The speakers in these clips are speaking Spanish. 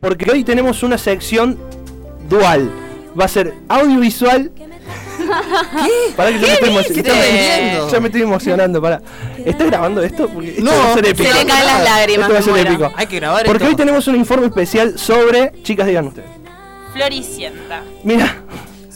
porque hoy tenemos una sección dual. Va a ser audiovisual. Para que yo me estoy dice? emocionando. Se está vendiendo. Ya me estoy emocionando, para. ¿Estás grabando esto? Porque esto No, va a ser se épico. le caen las lágrimas, Esto va a me ser muero. épico. Hay que grabar Porque esto. hoy tenemos un informe especial sobre. Chicas, digan ustedes. Floricienta. Mira,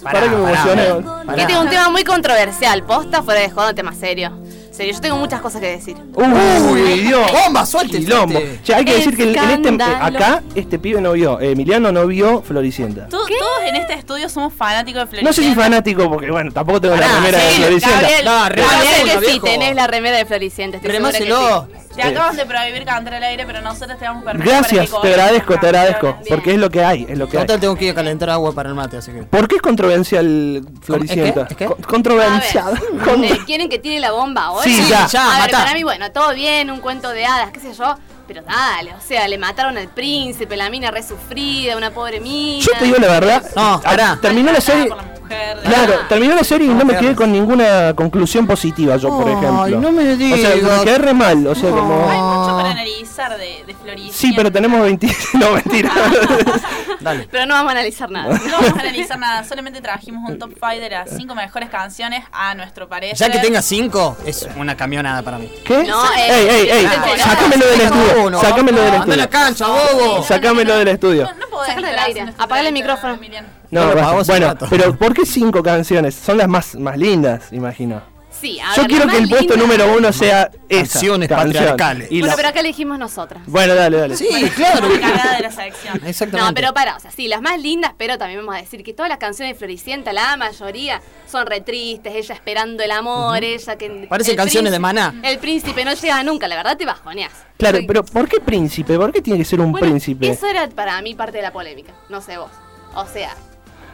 para, Pará, que me pará, emocione. pará. Yo tengo un tema muy controversial, posta fuera de joda, un tema serio. Serio, yo tengo muchas cosas que decir. Uh, Uy, Dios. Bomba, suelte, Quilombo. suelte. Che, hay que decir que en este- Escándalo. acá este pibe no vio, eh, Emiliano no vio Floricienta. To- Todos en este estudio somos fanáticos de Floricienta. Ah, No sé si fanático, porque bueno, tampoco tengo la Pará, primera de sí, Floricienta. Gabriel, No, Gabriel, remácelo, que sí, viejo. tenés la remera de Floricienta. estoy segura que Remáselo. Te acabas de prohibir cantar al aire, pero nosotros te damos permiso. para que Gracias, te cobres agradezco, las te agradezco. canciones. Porque es lo que hay, es lo que hay. Total, tengo que ir a calentar agua para el mate, así que. ¿Por qué es controversial Floricienta? ¿Es qué? ¿Es qué? Con- sí. A Controversial. ver, Con- eh, ¿Quieren que tire la bomba ahora? Sí, ya. ya, A ver, matá. para mí, bueno, todo bien, un cuento de hadas, qué sé yo. Pero dale, o sea, le mataron al príncipe, la mina resufrida, una pobre mina. Yo te digo la verdad. No, pará. ah, Terminó la serie. Por la mujer, la- Claro, terminó la serie y no me Claro. quedé con ninguna conclusión positiva yo, por Ay, ejemplo. no me O sea, digas. me quedé re mal, o sea, como... Hay mucho para analizar de, de Floricienta. Sí, pero tenemos 20... No, mentira. Dale. Pero no vamos a analizar nada. No vamos a analizar nada, solamente trajimos un top 5 de las 5 mejores canciones a nuestro parecer. Ya que tenga cinco, es una camionada para mí. ¿Qué? No, ey, eh, ey, ey, Ah, no, sácamelo del estudio, sácamelo del Anda a la estudio. cancha, bobo. Sácamelo del estudio. No, no podés Sácalo entrar del aire. haciendo este Apagale el proyecto, micrófono. Emiliano. No, No lo basta. pagó hace bueno, rato. pero ¿por qué cinco canciones? Son las más, más lindas, imagino. Sí, a Yo ver, quiero la que el más puesto linda- número uno sea esa. Canciones canción. patriarcales. Y Bueno, la- pero acá elegimos nosotras. Bueno, dale, dale. Sí, Claro. claro. Cagada de la sección. Exactamente. No, pero para, o sea, sí, las más lindas, pero también vamos a decir que todas las canciones de Floricienta, la mayoría, son re tristes, ella esperando el amor, ella que... Parecen el canciones de príncipe- Maná. El príncipe no llega nunca, la verdad te bajoneas. Claro, pero ¿por qué príncipe? ¿Por qué tiene que ser un Bueno, príncipe? Eso era para mí parte de la polémica, no sé vos. O sea,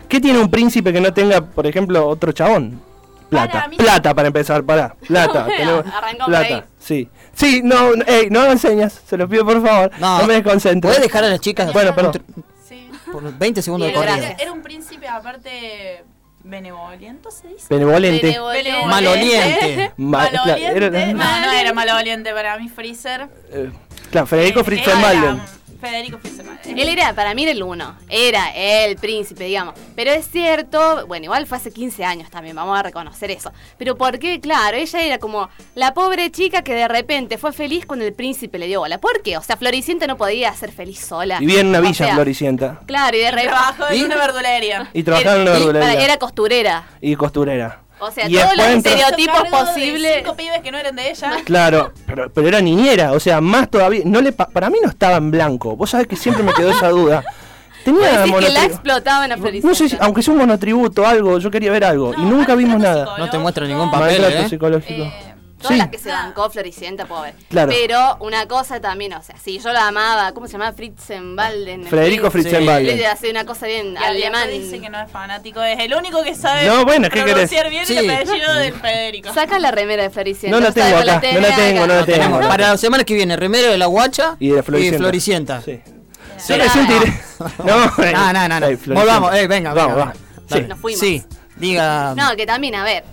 ¿Qué tiene un príncipe que no tenga, por ejemplo, otro chabón? Plata, Para mí- plata para empezar, para, plata, Bueno, tenemos- arrancamos plata, ahí. sí, sí, no, no, ey, no me enseñas, se lo pido por favor, no, me desconcentres. ¿Puedes dejar a las chicas? Bueno, perdón. Sí. Por 20 segundos de Bien, corrido. gracias. Era un príncipe aparte benevolente, se dice. Benevolente. benevolente. Maloliente. Ma- claro, Maloliente. era- No, no era maloliente para mí, Freezer. Eh, claro, Federico Eh, Fritz era- Malden. Federico Fritzen Él era, para mí era el uno, era el príncipe, digamos. Pero es cierto, bueno, igual fue hace 15 años también, vamos a reconocer eso. Pero porque, claro, ella era como la pobre chica que de repente fue feliz cuando el príncipe le dio bola. ¿Por qué? O sea, Floricienta no podía ser feliz sola. Vivía en una O villa sea, floricienta. Claro, y de repente... Trabajó ¿Y? en una verdulería. Y trabajaba en una era- y- verdulería. para- Era costurera. Y costurera. O sea, Y todos los después entró- estereotipos Hizo cargo de posibles... Cinco pibes que no eran de ella. Claro, pero, pero era niñera, o sea, más todavía. No le pa- para mí no estaba en blanco. Vos sabés que siempre me quedó esa duda. Tenía Decís que la monotributo. explotaban a Floricienta. No sé, si- aunque sea un monotributo, algo, yo quería ver algo. y No, nunca vimos maltrato nada. No te muestra ningún papel, Maltrato ¿eh? psicológico. Eh, Todas Sí. las que se bancó Floricienta, pobre. Claro. Pero una cosa también, o sea, si yo la amaba, ¿cómo se llamaba? Fritzenbalden. Federico Fritz- Fritzenbalden. Le hace una cosa bien Y alemán. alemán. dice que no es fanático, es el único que sabe No, bueno, ¿qué querés? pronunciar bien Sí. el apellido del Federico. Saca la remera de Floricienta. No la o sea, tengo acá, no la tenés tengo, no la acá. tengo. Tenemos para la semana que viene, remero de la guacha Y de Floricienta. Floricienta. Sí. Sí. Yo recién tiré- No, eh, No, no, no, no. eh, Floricienta. Volvamos, eh, venga, venga, Vamos, venga. vamos. Dale. Sí. Nos fuimos. Sí, diga. No, que también, a ver,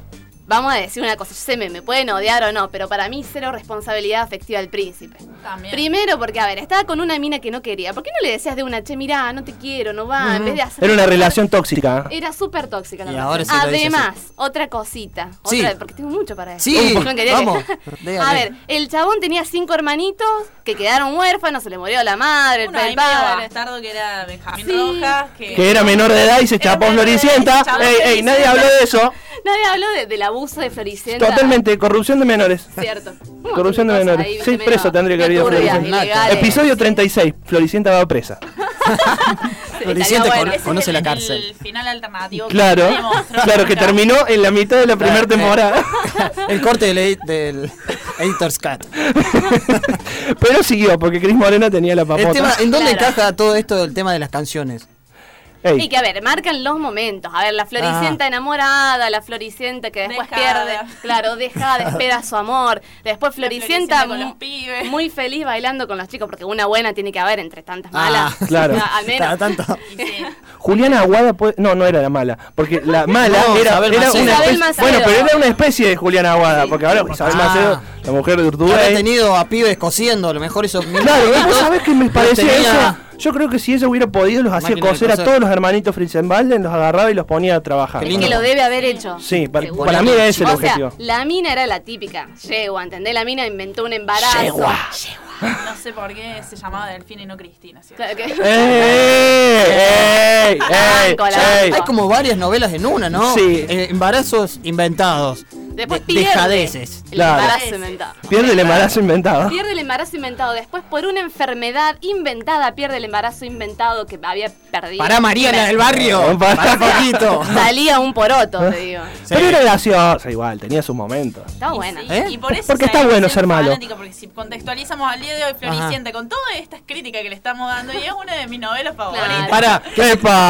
vamos a decir una cosa. Yo sé, me, me pueden odiar o no, pero para mí cero responsabilidad afectiva al príncipe. También. Primero, porque, a ver, estaba con una mina que no quería. ¿Por qué no le decías de una, che, mirá, no te quiero, no va? En vez de hacer Era una relación tóxica. ¿eh? Era súper tóxica la Y relación. ahora se lo dice Además, otra cosita. Sí. otra- porque tengo mucho para decir. Sí, Yo no quería que- vamos, diga, A diga. ver, el chabón tenía cinco hermanitos que quedaron huérfanos, se le murió la madre, el Uno ahí padre. medio bastardo que era Benjamín Rojas. Que, Que era menor de edad y se Era chapó menor de edad y se Floricienta. chapó Ey, ey, nadie Floricienta. habló de eso. Nadie habló de- del abuso de Floricienta. Totalmente, corrupción de menores. Cierto. Un montón Corrupción de cosas menores. ahí, viste, Seis medio presos tendría que haber ido turbias, Floricienta. ilegales. Episodio 36. Floricienta va presa. Floricienta Estaría con- bueno. conoce el- la cárcel. El final alternativo. que Claro, nadie mostró claro, que nunca. terminó en la mitad de la primera Eh, temporada. El corte del, edi- del Editor's Cut. Pero siguió, porque Cris Morena tenía la Este El papota. tema, ¿En dónde Claro. encaja todo esto del tema de las canciones? Ey, Y que, a ver, marcan los momentos. A ver, la Floricienta Ah. enamorada, la Floricienta que después Dejada. pierde, claro, dejada, espera su amor. Después Floricienta, Floricienta con mu- los pibes. muy feliz bailando con los chicos, porque una buena tiene que haber entre tantas Ah, malas. claro. Al menos. Cada tanto. Y sí. Juliana Aguada puede- No, no era la mala. Porque la mala No, era, Isabel era Macedo. una Isabel especie- Macedo. Bueno, pero era una especie de Juliana Aguada. Porque ahora Isabel Ah. Macedo, la mujer de Habrá Urtubey. tenido a pibes cosiendo, a lo mejor esos Claro, vos sabés que me Los parecía tenía- eso. Yo creo que si ella hubiera podido, los hacía Máquina de coser a coser. todos los hermanitos Fritzenbalden, los agarraba y los ponía a trabajar. Qué Es lindo. que lo debe haber hecho. Sí, para, Seguro. para mí ese es el o objetivo. sea, la mina era la típica yegua, ¿entendés? La mina inventó un embarazo. Yegua. No sé por qué se llamaba Delfina y no Cristina. ¿cierto? Claro que- Eh, ¡Ey! ¡Ey! ¡Ey! Banco, la ey! Hay como varias novelas en una, ¿no? Sí. Eh, embarazos inventados. Después De- pierde dejadeces. el Claro. embarazo inventado. Pierde el embarazo inventado. Pierde el embarazo inventado. Después, por una enfermedad inventada, pierde el embarazo inventado que había perdido. Para María la del barrio. Pará. Para poquito. Salía un poroto, te digo. Pero era graciosa igual, tenía sus momentos. Está Y buena. sí, ¿Eh? y por eso Porque se está la bueno dicen ser malo. fanática, Porque si contextualizamos al día de hoy, Floricienta, con todas estas críticas que le estamos dando, y es una de mis novelas favoritas. Para. ¡Qué pa!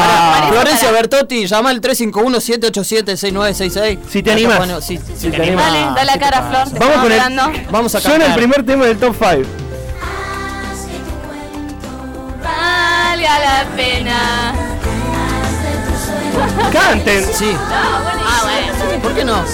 Florencia Bertotti, llama al 351-787-6966. Si te animas. Bueno, si, si Si te te animas. Dale, da la cara, Flor. Vamos Te estamos con el- mirando. Vamos a Suena el cantar. primer tema del top 5. Valga la pena. ¡Canten! Sí. Ah, bueno. ¿Por qué no?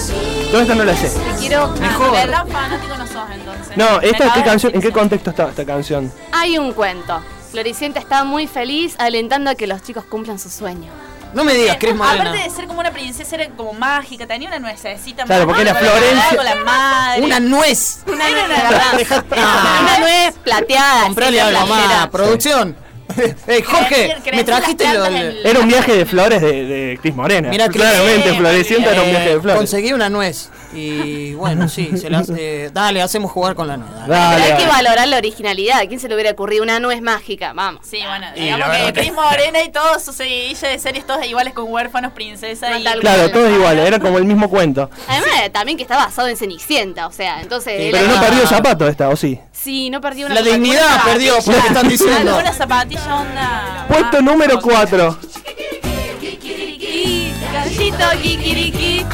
Yo esta no la sé. Te quiero Ah, Mejor. ver. ¿verdad? fanático no sos entonces. No, Me esta acabas qué de canción, ¿en qué decir. contexto estaba esta canción? Hay un cuento. Floricienta está muy feliz alentando a que los chicos cumplan su sueño. No me digas, Cris Morena. Aparte de ser como una princesa, era como mágica, tenía una nuececita Claro, porque era más- Florencia- con la madre. Una nuez. Una nuez, la verdad. Ah. Una nuez plateada. Comprale siempre algo más. platera. Producción. Eh, Jorge, Crecer, crecer me trajiste las lo. plantas en Era un viaje de flores de, de Cris Morena. Mirá, Cris. Claramente, Florecienta era un viaje de Eh, flores. conseguí una nuez. Y bueno, sí, se las. eh, dale, hacemos jugar con la nuez. dale. Pero Dale, hay que dale. valorar la originalidad. ¿A quién se le hubiera ocurrido una nuez mágica? Vamos. Sí, bueno, Ah. la digamos verdad que que- Cris Morena y todo su seguidilla de series, todas iguales con huérfanos, princesa y... Mata al- Claro, todos iguales, era como el mismo cuento. Además, también que está basado en Cenicienta, o sea, entonces. Sí, él Pero acá- no perdió zapato esta, ¿o sí? Sí, no perdió una. La zapatilla. dignidad perdió, por lo que están Algo, diciendo. una zapatilla onda... Puesto Ah, número cosa. 4. Kikiriki, Gallito, kikiriki.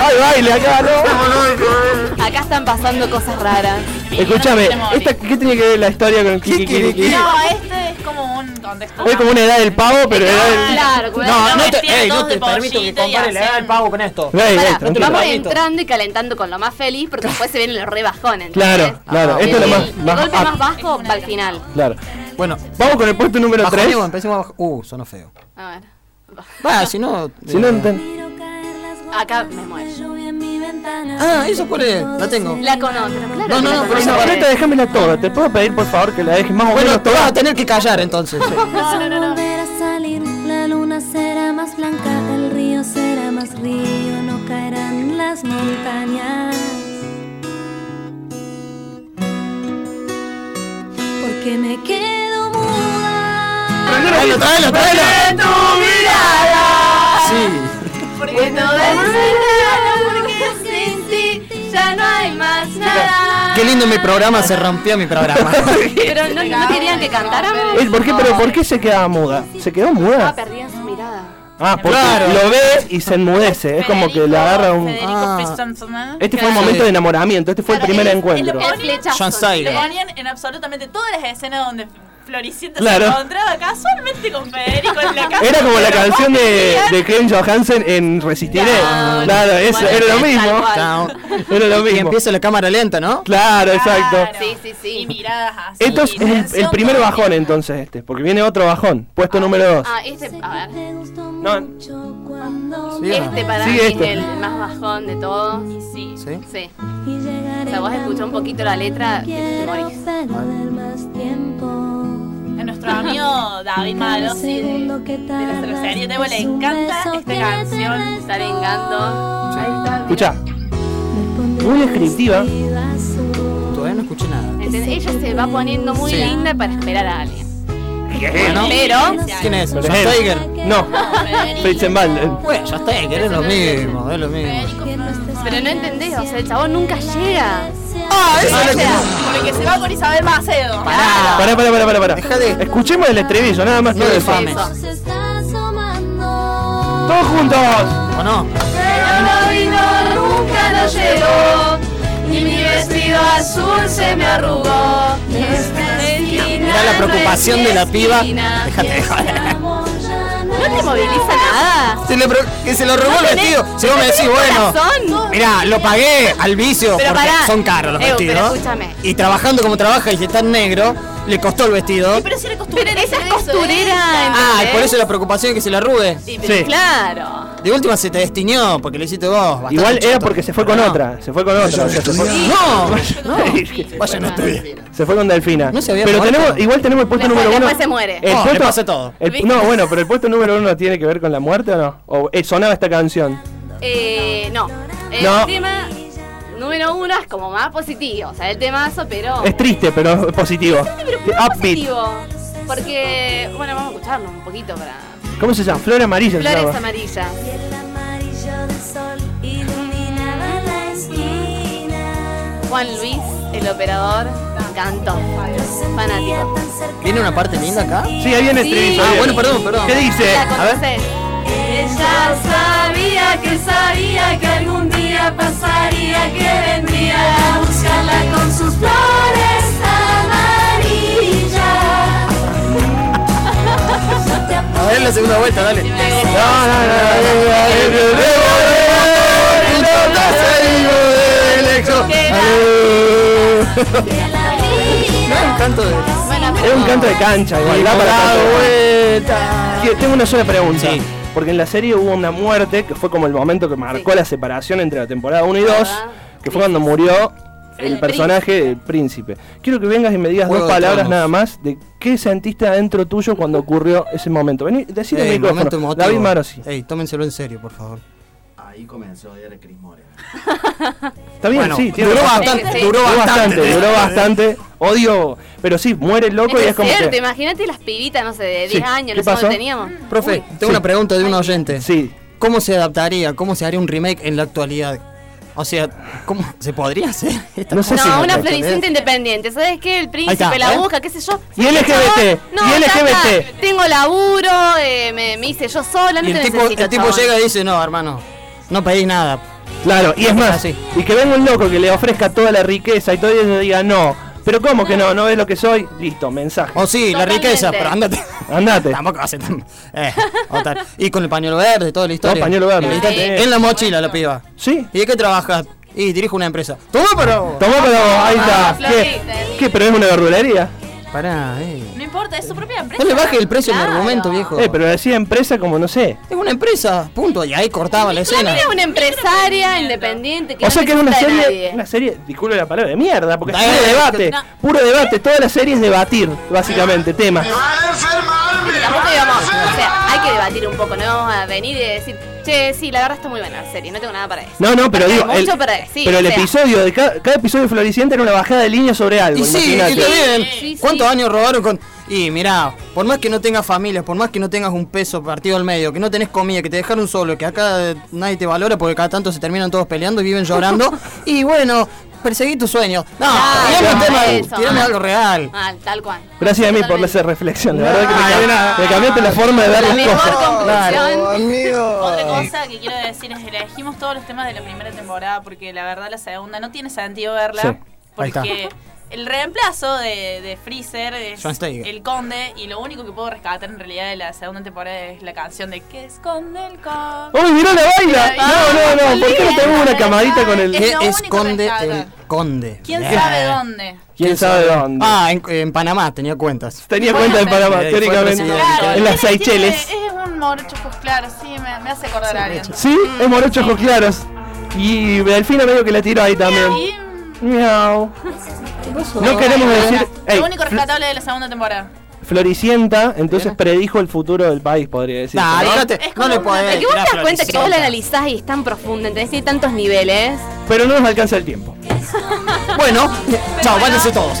¡Ay, baile acá, no! Acá están pasando cosas raras. Escúchame, Yo no me quiero morir. ¿esta qué tiene que ver la historia con el kikiriki? No, este es como un contexto. Es como una edad del pavo, pero edad del... Ah, Claro, como- No, no te, Vestían ey, todos no te de permito que pollito y compare la edad hacían- del pavo con esto. Ey, Pará, ey, eh, tranquilo. vamos tranquilo. entrando y calentando con lo más feliz porque después se vienen los rebajones. Claro, ¿entendés? claro, Ah, esto es lo el- más- el más golpe up. más bajo va al final. Claro. Bueno, Vamos con el puesto número 3. bajonemos, empecemos a bajar. Uh, sonó feo. A ver. Va, si no. Si no eh, enten- Acá me muero. Ah, ¿eso cuál es? La tengo. La conozco, claro. No, que no, no, la pero conozco. esa parte- Violeta, déjamela toda. ¿Te puedo pedir, por favor, que la dejes más o Bueno, menos te vas a toda? tener que callar entonces. eh. No, no, no, no. volver a salir, la luna será más blanca, el río será más río, no caerán las montañas. Porque me quedo muda. Tráelo, tráelo, tráelo. Sí. Porque no porque sin ti ya no hay más nada. Qué lindo mi programa, se rompió mi programa. Pero no, no querían que cantáramos. Ey, ¿Por qué? ¿Pero por qué se queda muda? ¿Se quedó Ah, muda? perdían su mirada. Ah, porque Claro. lo ve y se enmudece. Es como que le agarra un... Federico Ah. Christensen. Este fue el Claro. momento de enamoramiento, este fue el Claro, primer es- encuentro. es lo El flechazo. John Sider. Lo ponían en absolutamente todas las escenas donde Floricienta Claro. se encontraba casualmente con Federico en la casa. Era como la Pero canción vos de, querías- de Clem Johansen en Resistiré. Claro. Claro, eso, Bueno, era lo tal mismo. cual. Chao. Era lo Y mismo. empieza la cámara lenta, ¿no? Claro. Claro, exacto. Sí, sí, sí. Y miradas así. Esto es el, el tensión primer todo el bajón tiempo. entonces este, porque viene otro bajón, puesto número 2. Ah, este, a ver. Te gustó No. mucho cuando Sí, Este para Sí, mí este. es el más bajón de todos. Sí. Sí. Sí. y llegaré O sea, vos escuchás un poquito eh, la letra, te Quiero morís. perder más tiempo. A nuestro amigo David Cada Malossi de, de segundo que la cervecería tardas Tebo le es un encanta beso esta que canción. Estar engando. Ahí está, mira. Escucha, Me pondré Muy un descriptiva. vestido azul. Todavía no escuché nada. ¿Entendés? Este, Ella se va poniendo muy Sí. linda para esperar a alguien. Bueno, Eh, Pero ¿quién es? John Pero es él. Tiger. no, Fritzenbalden. Bueno, John Tiger es lo mismo, es lo mismo. Federico Christensen. Pero no entendés, o sea, el chabón nunca llega. Ah, eso es lo que- Porque se va con Isabel Macedo. Pará, pará, pará, pará, pará. Deja de- Escuchemos el estribillo, nada más No quiero defames. decir. Eso. Se está asomando. Todos juntos. ¿O no? Pero no vino, nunca no llegó. Y mi vestido azul se me arrugó. Esta esquina Mirá la preocupación de la piba. Esquina. Déjate de joder. amor, ya no no te moviliza nada. Se le pro- que se lo robó No el tenés- vestido. Si vos me decís, bueno. Corazón. Mirá, lo pagué al vicio Pero porque pará. son caros los Evo, pero vestidos. escúchame. Y trabajando como trabaja y está en negro, le costó el vestido. Pero si era costurera. Pero esa si es era eso, ¿eh? costurera. esa. Ah, y ¿entendés? por eso la preocupación es que se la arrugue. Sí, Sí. Claro. De última se te destiñó porque lo hiciste vos. bastante Igual era chato. porque se fue con No. otra, se fue con otra. o sea, se, fue, No, Vaya, no estudié. se fue con Delfina. No se había pero muerto. tenemos, igual tenemos el puesto Después- número uno. después se muere. El No, le puesto- pasa todo. el- no, bueno, pero el puesto número uno tiene que ver con la muerte o no? O eh, sonaba esta canción. Eh, no. El No. tema número uno es como más positivo. O sea, el temazo, pero. Es triste, pero positivo. pero Eh, pero Upbeat. positivo. Porque. Bueno, vamos a escucharlo un poquito para. ¿Cómo se llama? Flor amarilla. se Flores llama. amarillas. Y el amarillo del sol iluminaba la esquina. Juan Luis, el operador, cantó. Fanático. ¿Viene una parte linda acá? Sí, ahí viene el Sí. estribillo, Ah, bien. bueno, perdón, perdón. ¿Qué dice? ¿La A ver. conoces? Ella sabía que sabía que algún día pasaría, que vendría a buscarla con sus flores amarillas. A ver la segunda vuelta, dale. Vida, canto de. Bueno, Es un pero- canto de cancha, igual. da para tanto. Sí, tengo una sola pregunta. Sí. Porque en la serie hubo una muerte que fue como el momento que marcó la separación entre la temporada 1 y 2, ¿Verdad? que fue cuando murió el, El personaje, el príncipe. Quiero que vengas y me digas Juego dos de palabras Tronos. nada más de qué sentiste adentro tuyo cuando ocurrió ese momento. Vení, decide el Ey, Eh, momento micrófono. emotivo. Eh, David Marosi. Ey, tómenselo en serio, por favor. Ahí comenzó a odiar a Cris Morena. Está bien, Bueno, sí, tiene duró, razón. bastante, Sí, sí. duró Duró bastante, bastante, duró bastante. Odio, pero sí, muere el loco y Este Es es como cierto, que... imagínate las pibitas, no sé, de 10 Sí, años, ¿qué no sé cuánto pasó? teníamos. Profe, Uy, tengo una pregunta de un oyente. Sí, ¿Cómo se adaptaría? ¿Cómo se haría un remake en la actualidad? O sea, ¿cómo se podría hacer? esta no sé si... No, me ¿eh? una acuerdo. floricienta independiente. ¿Sabes qué? El príncipe está, la ¿eh? busca, qué sé yo. Y ¿Sabés qué, LGBT, chabón? No, y ya LGBT. está. Tengo laburo, eh, me, me hice yo sola, no Y el te tipo, necesito, el tipo chabón. llega y dice, no, hermano, no pedís nada. Claro, y es más, Así. y que venga un loco que le ofrezca toda la riqueza y todo y le diga no. Pero ¿cómo que no? ¿No ves lo que soy? Listo, mensaje. O sí, la Totalmente. riqueza, pero andate. Andate. Tampoco hace tan... Eh, o tal. Y con el pañuelo verde, toda la historia. Todo pañuelo verde. Y ahí Ay. está, En la mochila, la piba. ¿Sí? ¿Y de qué trabajas? Y dirijo una empresa. ¡Toma para vos! Tomá para vos, ahí Ah, está. ¿Qué? Florita. ¿Qué? ¿Pero es una verdulería? Pará, eh. No importa, es su propia empresa. No le bajes el precio al Claro. argumento, viejo. Eh, pero decía empresa como no sé. Es una empresa, punto. Y ahí cortaba la Para escena. mí era una empresaria independiente que o no sea que es una necesita de serie, nadie. una serie, disculpe la palabra, de mierda, porque es Dale, puro debate, no. puro debate, toda la serie es debatir, básicamente, temas. Tampoco digamos, o sea, hay que debatir un poco, no vamos a venir y decir, che, sí, la verdad está muy buena la serie, no tengo nada para decir. No, no, pero Porque digo, hay el, mucho para decir, pero el o sea. episodio, de cada, cada episodio de Floricienta era una bajada de línea sobre algo, Y sí, y imagínate. está bien. Sí, sí. ¿Cuántos años robaron con.? Y mirá, por más que no tengas familia, por más que no tengas un peso partido al medio, que no tenés comida, que te dejaron solo, que acá eh, nadie te valora porque cada tanto se terminan todos peleando y viven llorando. y bueno, perseguí tus sueños. No, Claro, tirame un no, tema, eso, tirame ah. algo real. Mal, tal cual. Gracias a mí por Totalmente. esa reflexión, la verdad que me, No, cambió- de nada. me cambiaste la forma de ver La las mejor cosas. conclusión. Otra cosa que quiero decir es que elegimos todos los temas de la primera temporada porque la verdad la segunda no tiene sentido verla. Sí, ahí está. Porque el reemplazo de, de Freezer es John Steiger. el conde y lo único que puedo rescatar en realidad de la segunda temporada es la canción de que esconde el conde? ¡Uy, miró la baila! Ah, No, no, no, ¿por qué no tenemos una camadita con el... Es ¿Qué lo único esconde rescatable. el conde? ¿Quién Eh. sabe dónde? ¿Quién sabe dónde? Ah, en, en Panamá tenía cuentas. Tenía cuenta en Panamá, Eh, teóricamente, fue presidente. en las tiene- Seychelles. tiene- Es un morocho, pues claro, sí, me, me hace acordar a alguien. ¿Sí? Es morocho ojos claros. Y Delfina medio que la tiró ahí Y, también. mm, Miau. No queremos decir... Ey, lo único rescatable de la segunda temporada. Floricienta, entonces predijo el futuro del país, podría decir. Nah, ¿no? fíjate, Es no como le una- podés. Es que vos te tirar das cuenta que vos floricienta. la analizás y es tan profunda, ¿entendés? Tiene tantos niveles. Pero no nos alcanza el tiempo. Bueno, chao, váyanse todos. Con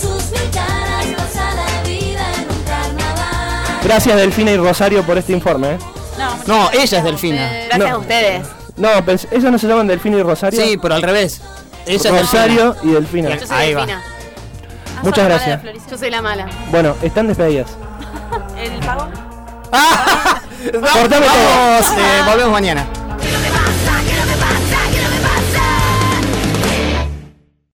sus mil caras pasa la vida en un carnaval. Gracias Delfina y Rosario por este informe. ¿eh? No, No, ella es delfina. Gracias No. a ustedes. No, pens- ellos no se llaman Delfina y Rosario. Sí, pero al revés. Ella es Rosario y Delfina. Bien. Yo soy Ahí va. Delfina. Muchas gracias. Yo soy la mala. Bueno, están despedidas. El pago. delfina. Cortame todo. Vamos, eh, volvemos mañana.